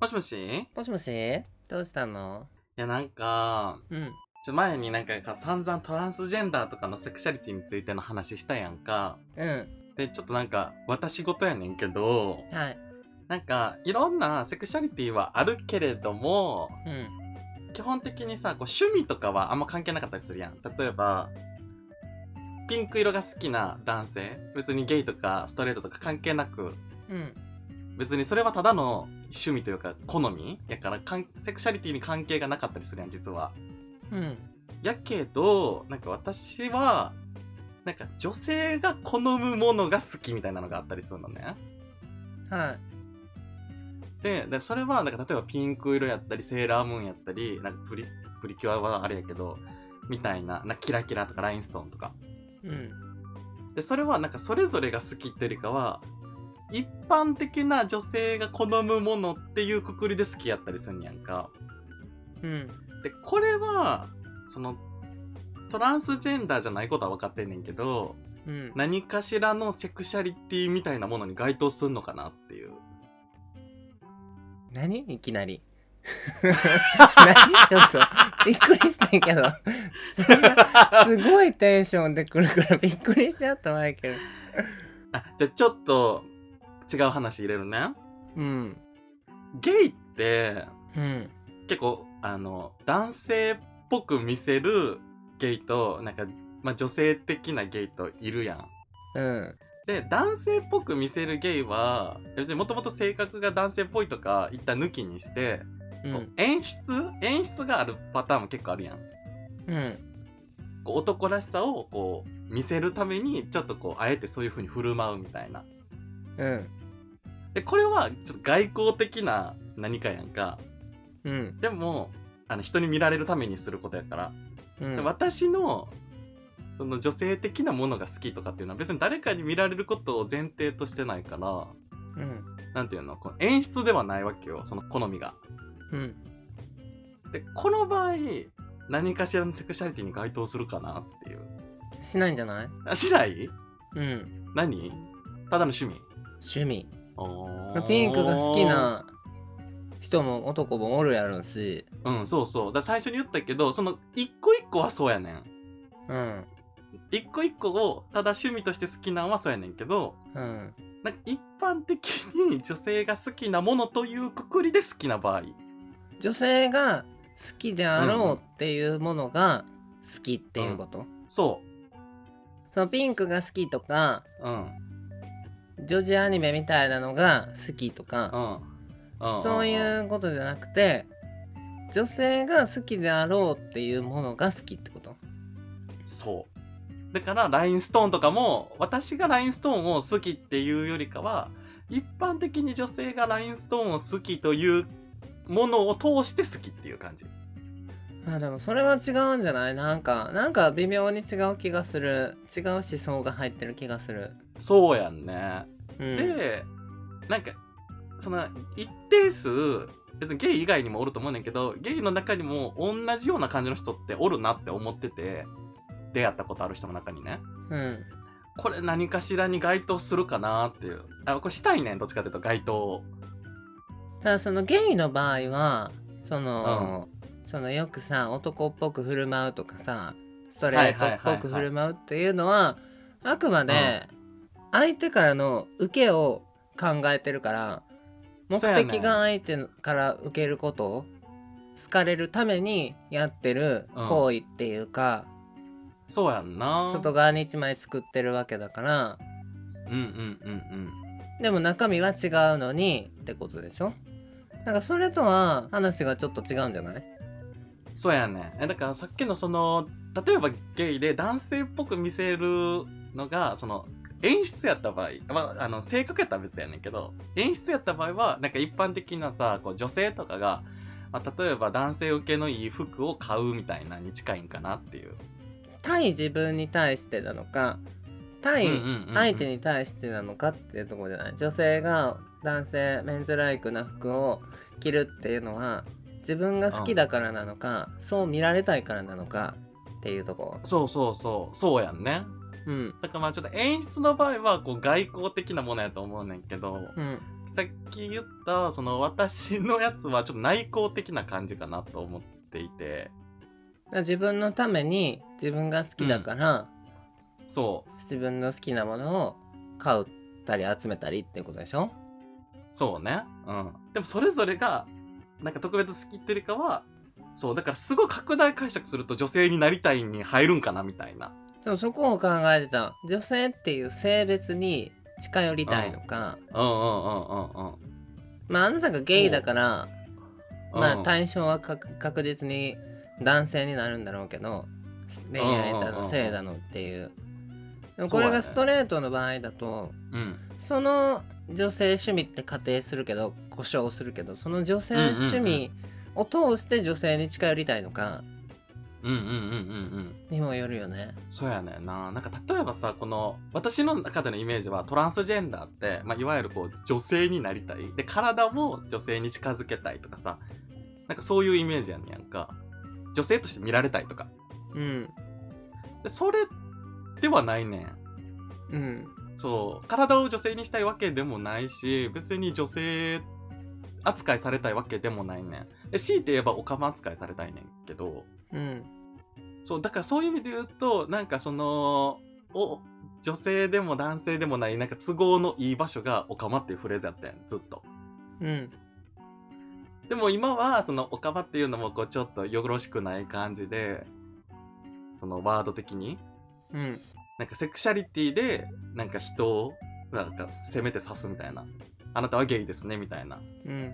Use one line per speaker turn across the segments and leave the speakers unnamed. もしもしい
もしもしどうしたの
や、なんか、
うん。
ちょ前になんか散々トランスジェンダーとかのセクシャリティについての話したやんか。
うん。
で、ちょっとなんか、私事やねんけど、
はい。
なんか、いろんなセクシャリティはあるけれども、
うん。
基本的にさ、こう趣味とかはあんま関係なかったりするやん。例えば、ピンク色が好きな男性、別にゲイとかストレートとか関係なく、
うん。
別にそれはただの趣味というか好みやからかんセクシャリティに関係がなかったりするやん実は
うん。
やけどなんか私はなんか女性が好むものが好きみたいなのがあったりするのね
は
ででそれはなんか例えばピンク色やったりセーラームーンやったりなんかプリプリキュアはあれやけどみたいななんかキラキラとかラインストーンとか
い。うん。
でそれはなんかそれぞれが好きっていうよりかは一般的な女性が好むものっていうくくりで好きやったりするんやんか
うん。
でこれはそのトランスジェンダーじゃないことは分かってんねんけど
うん。
何かしらのセクシャリティみたいなものに該当するのかなっていう
何いきな り。何ちょっと、びっくりしたけど。そんなすごいテンションで来るからびっくりしちゃったマイケル。
あじゃあちょっと違う話入れるね
うん。
ゲイって
うん。
結構あの男性っぽく見せるゲイとなんか、まあ、女性的なゲイといるやん
うん。
で男性っぽく見せるゲイは別にもともと性格が男性っぽいとか一旦抜きにして
う。
こうん演出演出があるパターンも結構あるやん
うん。
こう男らしさをこう見せるためにちょっとこうあえてそういう風に振る舞うみたいな
うん。
でこれはちょっと外交的な何かやんか
うん。
でもあの人に見られるためにすることやから、
うん。
で私のその女性的なものが好きとかっていうのは別に誰かに見られることを前提としてないから
うん。
なんていうのこう演出ではないわけよその好みが
うん。
でこの場合何かしらのセクシャリティに該当するかなっていう
しないんじゃない
あしない
うん。
何ただの趣味
趣味。
おー
ピンクが好きな人も男もおるやろうし。
うんそうそうだから最初に言ったけどその一個一個はそうやねん
うん。
一個一個をただ趣味として好きなんはそうやねんけど
うん。
なんか一般的に女性が好きなものというくくりで好きな場合
女性が好きであろうっていうものが好きっていうこと、
そ
そのピンクが好きとか
ううん
女児アニメみたいなのが好きと
う
か、
んうん
そ
う
う
ん
いうことじゃなくて女性が好きであろうっていうものが好きってこと
そうだからラインストーンとかも私がラインストーンを好きっていうよりかは一般的に女性がラインストーンを好きというものを通して好きっていう感じ
あでもそれは違うんじゃないなんかなんか微妙に違う気がする違う思想が入ってる気がする
そうやんね
うん
でなんかその一定数別にゲイ以外にもおると思うねんけどゲイの中にも同じような感じの人っておるなって思ってて出会ったことある人の中にね
うん
これ何かしらに該当するかなっていうあこれしたいねんどっちかっていうと該当を
ただそのゲイの場合はその、そのよくさ男っぽく振る舞うとかさストレートっぽく振る舞うっていうのはあくまで相手からの受けを考えてるから目
そうやねん
的が相手から受けることを好かれるためにやってる行為っていうか、
そうやんな
外側に一枚作ってるわけだから
うんうんうんうん
でも中身は違うのにってことでしょなんかそれとは話がちょっと違うんじゃない
そうやねんえだからさっきのその例えばゲイで男性っぽく見せるのがその演出やった場合、まあ、あの性格やったら別やねんけど演出やった場合はなんか一般的なさこう女性とかが、まあ、例えば男性受けのいい服を買うみたいなに近いんかなっていう
対自分に対してなのか対
うんうんうんうん
相手に対してなのかっていうところじゃない女性が男性メンズライクな服を着るっていうのは自分が好きだからなのか、そう見られたいからなのかっていうとこ
そうそうそうそうやんね
うん
だからまあちょっと演出の場合はこう外交的なものやと思うねんけど
うん
さっき言ったその私のやつはちょっと内向的な感じかなと思っていて
自分のために自分が好きだから、
そう
自分の好きなものを買ったり集めたりっていうことでしょ
そうねうんでもそれぞれがなんか特別好きっていうよりかはそうだからすごい拡大解釈すると女性になりたいに入るんかなみたいな
でもそこを考えてた女性っていう性別に近寄りたいのか、
うんうんうんうんうん
まああなたがゲイだから、
うん
まあ対象はか確実に男性になるんだろうけど恋愛
うんうんう
だ
んう
の
ん
性だのっていうでも
そう
こ
だね
れがストレートの場合だと
うん
その女性趣味って仮定するけど故障するけどその女性趣味を通して女性に近寄りたいのか
うんうんうんうんうん
にもよるよね。
そうやねんな。なんか例えばさ、この私の中でのイメージはトランスジェンダーって、まあ、いわゆるこう女性になりたい。で、体も女性に近づけたいとかさ、なんかそういうイメージやねんやんか。女性として見られたいとか。
うん、
で、それではないねん。
うん、
そう。体を女性にしたいわけでもないし、別に女性扱いされたいわけでもないねん。で、強いて言えばオカマ扱いされたいねんけど、
うん、
そう、だからそういう意味で言うと、なんかその、お、女性でも男性でもない、なんか都合のいい場所がオカマっていうフレーズやったやん、ずっと。
うん、
でも今は、そのオカマっていうのも、こう、ちょっとよろしくない感じで、そのワード的に、
うん、
なんかセクシャリティで、なんか人を、なんか攻めて刺すみたいな。あなたはゲイですね、みたいな。
うん。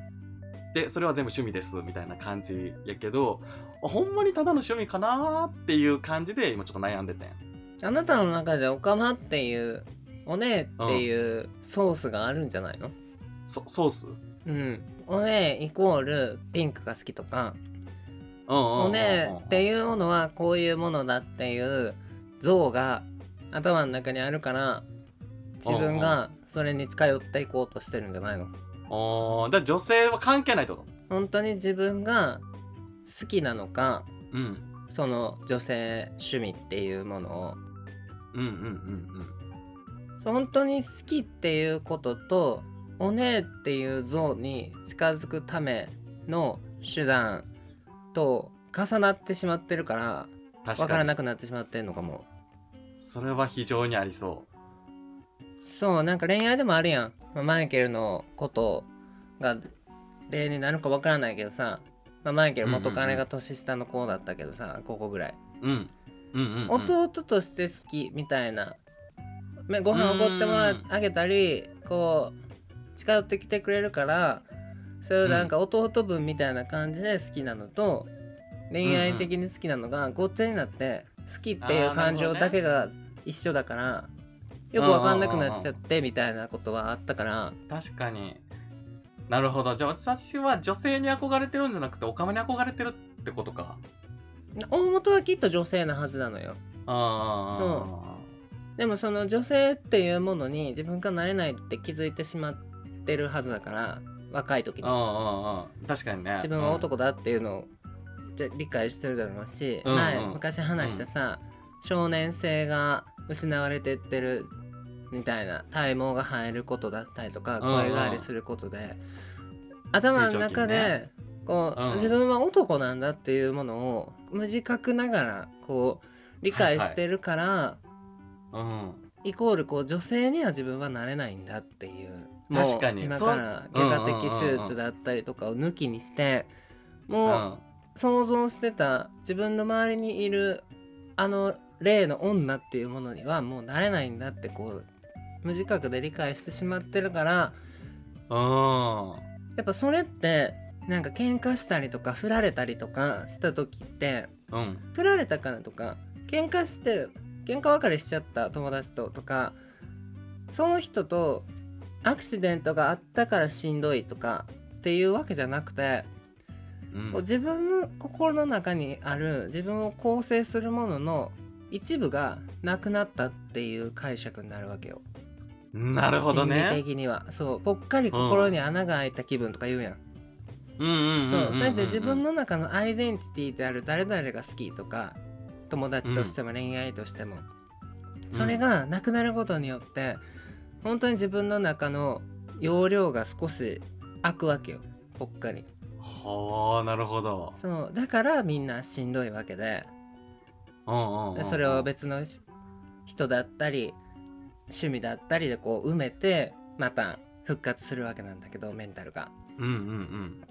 で、それは全部趣味です、みたいな感じやけど、あほんまにただの趣味かなーっていう感じで、今ちょっと悩んでてん。
あなたの中でオカマっていうお姉っていうソースがあるんじゃないの
そ、ソース
うん。お姉イコールピンクが好きとか、お
お
姉っていうものはこういうものだっていう像が頭の中にあるから、自分がそれに近寄っていこうとしてるんじゃないの
おーだから女性は関係ないってこと
本当に自分が好きなのか、
うん
その女性趣味っていうものを
うんうんうん
本当に好きっていうこととお姉っていう像に近づくための手段と重なってしまってるから
うん確かに
分からなくなってしまってんのかも
それは非常にありそ
そうなんか恋愛でもあるやん、まあマイケルのことが例になるか分からないけどさ、まあマイケル
う
元
んうんう
彼
ん
が年下の子だったけどさ5個ぐらい、
う、うん、うんうんうん
弟として好きみたいなめご飯おごってもら
うん
あげたりこう近寄ってきてくれるからそれをなんか弟分みたいな感じで好きなのと、恋愛的に好きなのがごっちゃになって好きっていう感情だけが一緒だから、よくわかんなくなっちゃってみたいなことはあったから
確かになるほどじゃあ私は女性に憧れてるんじゃなくてお金に憧れてるってことか
大元はきっと女性なはずなのよ。
あ
でもその女性っていうものに自分がなれないって気づいてしまってるはずだから若い時
ー
に
あああ確かにね
自分は男だっていうのをじゃ理解してるだろうし、
うんうん
前昔話したさ、少年性が失われてってるみたいな体毛が生えることだったりとか
うんうん
声変わりすることで、頭の中で、
成
こう、
うん
自分は男なんだっていうものを無自覚ながらこう理解してるから、
うん、うん、
イコールこう女性には自分はなれないんだっていうもう
確かに
今
そう
から外科的手
うんうんうんう
術
ん
だったりとかを抜きにして
う
もうん想像してた自分の周りにいるあの例の女っていうものにはもうなれないんだってこう無自覚で理解してしまってるから
うん
やっぱそれってなんか喧嘩したりとか振られたりとかした時って
うん
振られたからとか喧嘩して喧嘩別れしちゃった友達ととかその人とアクシデントがあったからしんどいとかっていうわけじゃなくて、
うん
こう自分の心の中にある自分を構成するものの一部がなくなったっていう解釈になるわけよ。
なるほど
心理
ね
的にはそうぽっかり心に穴が開いた気分とか言うやん。
うんうんん
そ
ん
うそれで自分の中のアイデンティティである誰々が好きとか友達としても恋愛としても、それがなくなることによって本当に自分の中の容量が少し空くわけよぽっかり
はあなるほど
そうだからみんなしんどいわけで
うんうんうんうん
それを別の人だったり趣味だったりでこう埋めてまた復活するわけなんだけどメンタルが
うんうん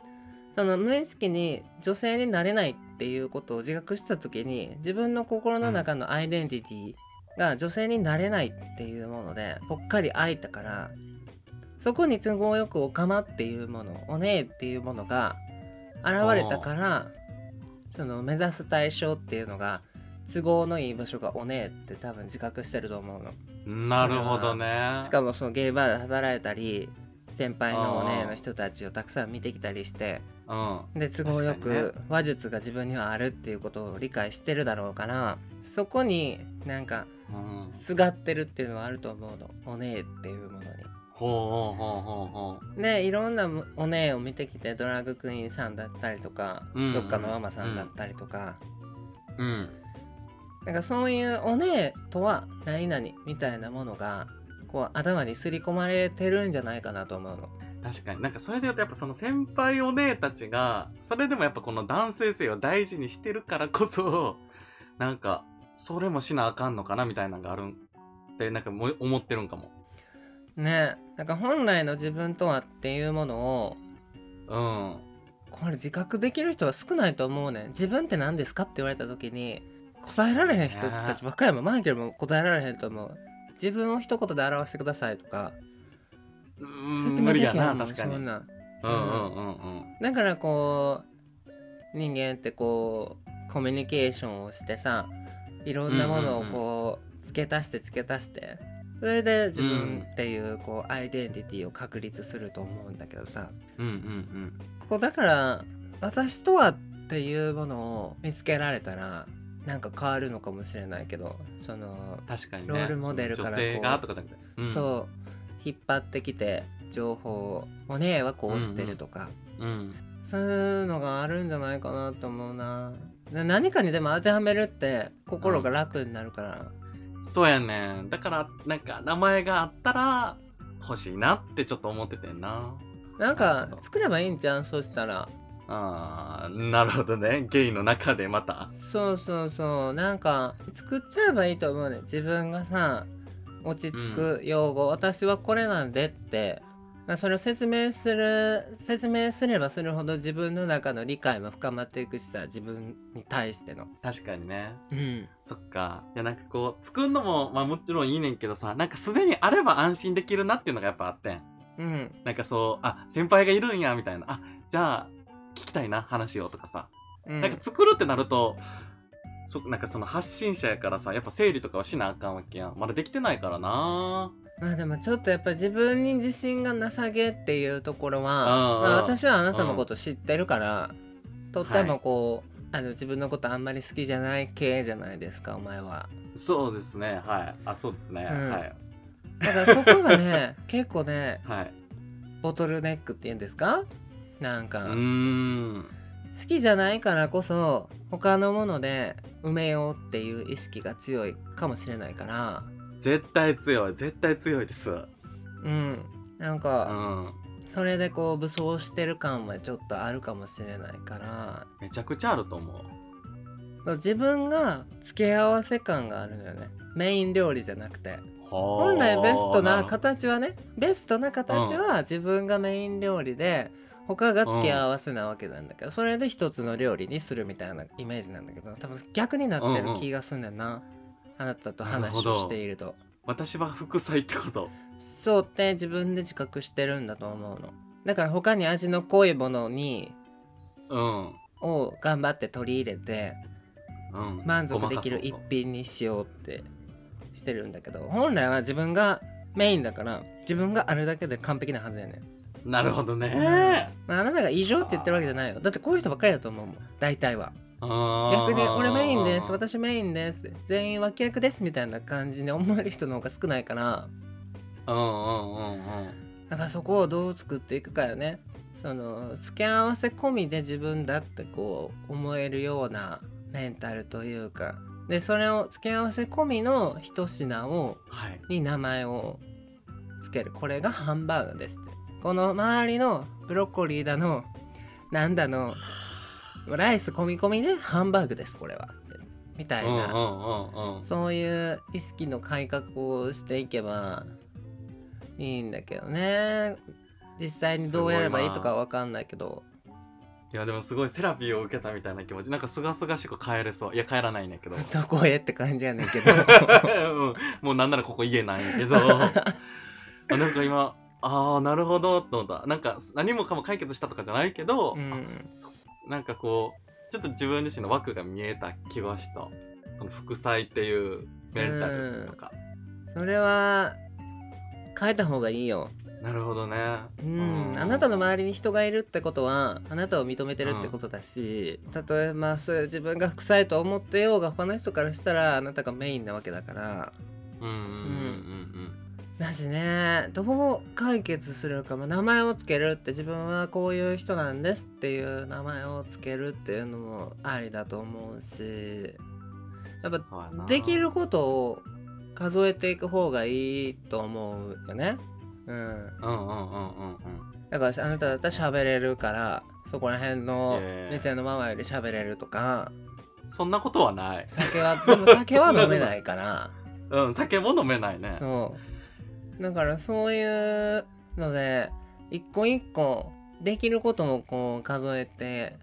その無意識に女性になれないっていうことを自覚した時に自分の心の中のアイデンティティが女性になれないっていうものでぽっかり空いたからそこに都合よくおかまっていうものおねえっていうものが現れたからその目指す対象っていうのが都合のいい場所がおねえって多分自覚してると思うの。
うんなるほどね
しかもそのゲイバーで働いたり先輩のお姉の人たちをたくさん見てきたりして
うん
で都合よ
確か
く話術が自分にはあるっていうことを理解してるだろうからそこになんか
うん
すがってるっていうのはあると思うのお姉っていうもの
ほうほうほうほうほう
に。でいろんなお姉を見てきてドラッグクイーンさんだったりとか、
うん
どっかのママさんだったりとか、
うん
なんかそういうお姉とは何々みたいなものがこう頭にすり込まれてるんじゃないかなと思うの。
確かになんかそれで言うとやっぱその先輩お姉たちがそれでもやっぱこの男性性を大事にしてるからこそ なんかそれもしなあかんのかなみたいなのがあるんってなんかもう思ってるんかも
ねなんか本来の自分とはっていうものを
うん
これ自覚できる人は少ないと思うねん自分って何ですかって言われた時に答えられへん人たちばっかりやもんマイケルも答えられへんと思う自分を一言で表してくださいとか
うーん
説
無
明で
理
きへ
や
んも
なん確かに
そ
うんん
なん
うんうんうん
だからこう人間ってこうコミュニケーションをしてさいろんなものをこう付け足して付け足してそれで自分っていうこうアイデンティティを確立すると思うんだけどさ、
うんうん
こうだから私とはっていうものを見つけられたらなんか変わるのかもしれないけどその
うん、確かにね
ロールモデルからこう
その女性がとかじゃなくて、うん、
そう引っ張ってきて情報を「お姉はこうしてる」とか、
う、うん、
そういうのがあるんじゃないかなと思うなで何かにでも当てはめるって心が楽になるから、
そうやねんだからなんか名前があったら欲しいなってちょっと思っててんな
なんか作ればいいんじゃんそうしたら
あーなるほどねゲイの中でまた
そうそうそうなんか作っちゃえばいいと思うね自分がさ落ち着く用語、私はこれなんでってまあそれを説明する説明すればするほど自分の中の理解も深まっていくしさ自分に対しての
確かにね
うん
そっかいやなんかこう作るのもまあもちろんいいねんけどさなんかすでにあれば安心できるなっていうのがやっぱあってん
うん
なんかそうあ先輩がいるんやみたいなあじゃあ聞きたいな話をとかさ
うん
なんか作るってなると、そなんかその発信者やからさやっぱ整理とかはしなあかんわけやんまだできてないからな
まあでもちょっとやっぱ自分に自信がなさげっていうところは
うんうん
まあ、私はあなたのこと知ってるから、とってもこう、あの自分のことあんまり好きじゃない系じゃないですかお前は。
そうですねはいあそうですね、
うん
はい
だからそこがね結構ね
はい
ボトルネックって言うんですかなん
う
か、
ーん
好きじゃないからこそ他のもので埋めようっていう意識が強いかもしれないから
絶対強い絶対強いですうん
うんなん
う
か、
ん
それでこう武装してる感はちょっとあるかもしれないから
めちゃくちゃあると思う
自分が付け合わせ感があるのよねメイン料理じゃなくて本
本
来ベストな形はねベストな形は自分がメイン料理で他が付け合わせなわけなんだけど、それで一つの料理にするみたいなイメージなんだけど多分逆になってる気がすんねんな、あなたと話
なるほ
を
ど
していると
私は副菜ってこと
そうって自分で自覚してるんだと思うのだから他に味の濃いものに
うん
を頑張って取り入れて
うん
満足できる
ご
一
まかそうと
品にしようってしてるんだけど本来は自分がメインだから自分があるだけで完璧なはずやねん
なるほどね
まあ、あなたが異常って言ってるわけじゃないよだってこういう人ばっかりだと思うもん大体は
逆
逆に「俺メインです私メインです」って全員脇役ですみたいな感じに思える人の方が少ないから
うんうんうんうん
だからそこをどう作っていくかよねその付け合わせ込みで自分だってこう思えるようなメンタルというかでそれを付け合わせ込みの一品を
はい
に名前を付けるこれがハンバーグですってこの周りのブロッコリーだのなんだのライス込み込みでハンバーグですこれはみたい
うんうん
な、
うんうん
そういう意識の改革をしていけばいいんだけどね実際にどうやればいいとかわかんないけど
いやでもすごいセラピーを受けたみたいな気持ちなんかすがすがしく帰れそういや帰らないねん けど
どこへって感じやねん けど
うんもうなんならここ家ないけ どあなんか今ああなるほどと思ったなんか何もかも解決したとかじゃないけど、
うん
なんかこうちょっと自分自身の枠が見えた気はしたその副菜っていうメンタルとか、
それは変えた方がいいよ
なるほどね
うん
う、ん
あなたの周りに人がいるってことはあなたを認めてるってことだし、例えば、まあ、そういう自分が臭いと思ってようが他の人からしたらあなたがメインなわけだから
うんうんうんうん
だしねどう解決するか、まあ、名前をつけるって自分はこういう人なんですっていう名前をつけるっていうのもありだと思うしやっぱ
そうやな
できることを数えていく方がいいと思うよね。うん
うんうんうんうんうん
だからあなただったら喋れるからそこら辺の
ええ
店のママより喋れるとか
そんなことはない
酒はでも酒は飲めないから
うん酒も飲めないね
そうだからそういうので一個一個できることもこう数えて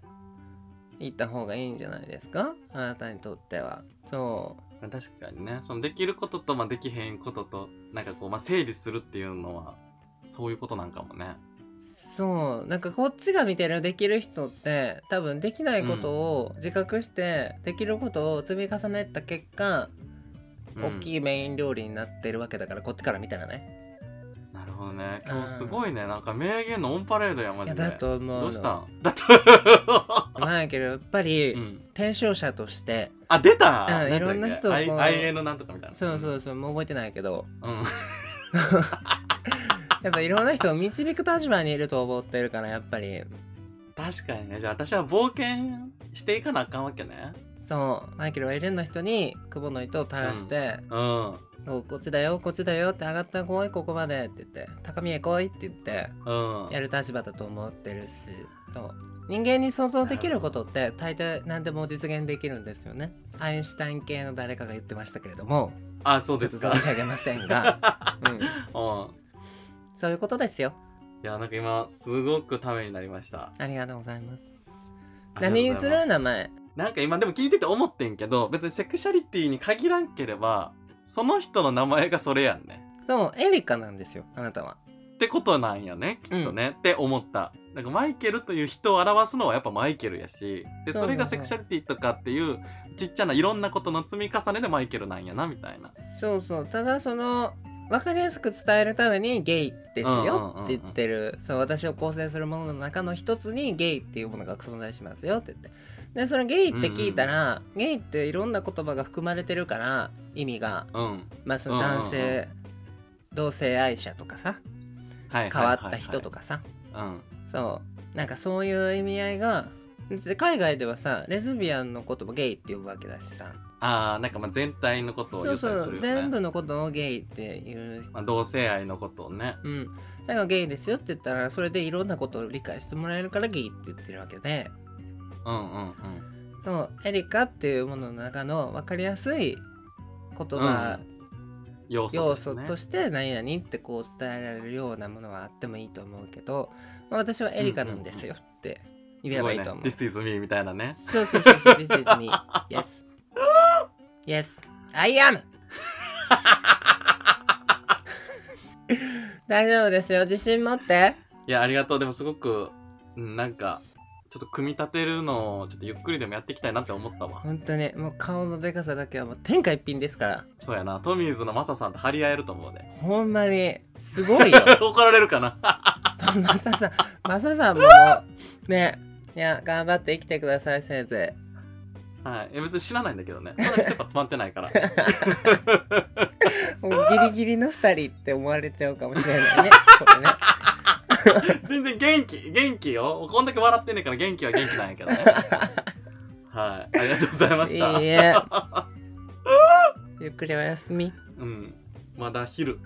いった方がいいんじゃないですかあなたにとってはそ
確かにねそのできることと、まあ、できへんこととなんかこう、まあ、整理するっていうのはそういうことなんかもね
うそうなんかこっちが見てるできる人って多分できないことを自覚して、できることを積み重ねた結果
うん
大きいメイン料理になってるわけだから、こっちから見たらね
なるほどね今日すごいねなんか名言のオンパレードやマ
い
ジ
や
で
だと思うの
どうした
ん
んだと
ないけどやっぱり、
うん
提唱者として
あ、出た、
うん
だっけ
いろんな人を
I-
こう
IA のなんとかみたいな。
そうそうそうもう覚えてないけど
うん。うん。
やっぱいろんな人を導く立場にいると思ってるからやっぱり
確かにね。じゃあ私は冒険していかなあかんわけね。
そうマイケルはいろんな人に久保の糸を垂らして、
うん。うん。
こうこっちだよこっちだよって上がった来いここまでって言って高みへ来いって言ってやる立場だと思ってるしそう人間に想像できることって大抵何でも実現できるんですよねアインシュタイン系の誰かが言ってましたけれども
あ、そう
ち
で
ょっと
すか。
存じ上げませ んが、うん、
う
そういうことですよ
ん。いや、なんか今、すごくためになりました。
ありがとうございます
あ
何
り
に
がと
す
うございま
る名前
なんか今でも聞いてて思ってんけど、別にセクシャリティに限らんければ、その人の名前がそれやんね。
そうエリカなんですよあなたは
ってことなんやね、きっとね、って思った。なんかマイケルという人を表すのはやっぱマイケルやし、で、
そう
それが
そう
セ
そう
クシャリティとかっていうちっちゃないろんなことの積み重ねでマイケルなんやな、みたいな。
そうそうただその分かりやすく伝えるためにゲイですよって言ってるそう私を構成するものの中の一つにゲイっていうものが存在しますよって言ってでそのゲイって聞いたら、ゲイっていろんな言葉が含まれてるから意味が
うん。はい
まあその男性、同性愛者とかさ
はいはいはい
変わった人とかさ、
うん。
そうなんかそういう意味合いがで海外ではさレズビアンのこともゲイって呼ぶわけだしさ
ああ、なんかまあ全体のことを言
そう
った
そ
りするよ
う
ね。
全部のことをゲイって言う
まあ、同性愛のことをね。
うん、だからゲイですよって言ったらそれでいろんなことを理解してもらえるからゲイって言ってるわけで
うんうんうん。
そうエリカっていうものの中の分かりやすい言葉、
要素
要
として、
素
ね。
として何々ってこう伝えられるようなものはあってもいいと思うけど、まあ私はエリカなんですよって言えばいいと思う。
すごいね。This is me みたいなね。
そうそうそうそう、This is me. Yes. Yes, I am! 大丈夫ですよ、自信持って。
いや、ありがとう。でもすごく、うんなんか、ちょっと組み立てるのをちょっとゆっくりでもやっていきたいなって思ったわ。
本当にもう顔のでかさだけはもう天下一品ですから
そうやな、トミーズのマサさんと張り合えると思うで。
ほんまにすご いよ
怒られるかな
マサさんマサさんもねいや頑張って生きてください先生
はい。え別に知らないんだけどね。そんなに切羽詰まってないから。
もうギリギリの二人って思われちゃうかもしれ ないねこれね
全然元気、元気よ。こんだけ笑ってんねんから元気は元気なんやけどね。はい。ありがとうございました。
いいえゆっくりおやすみ
うん。まだ昼。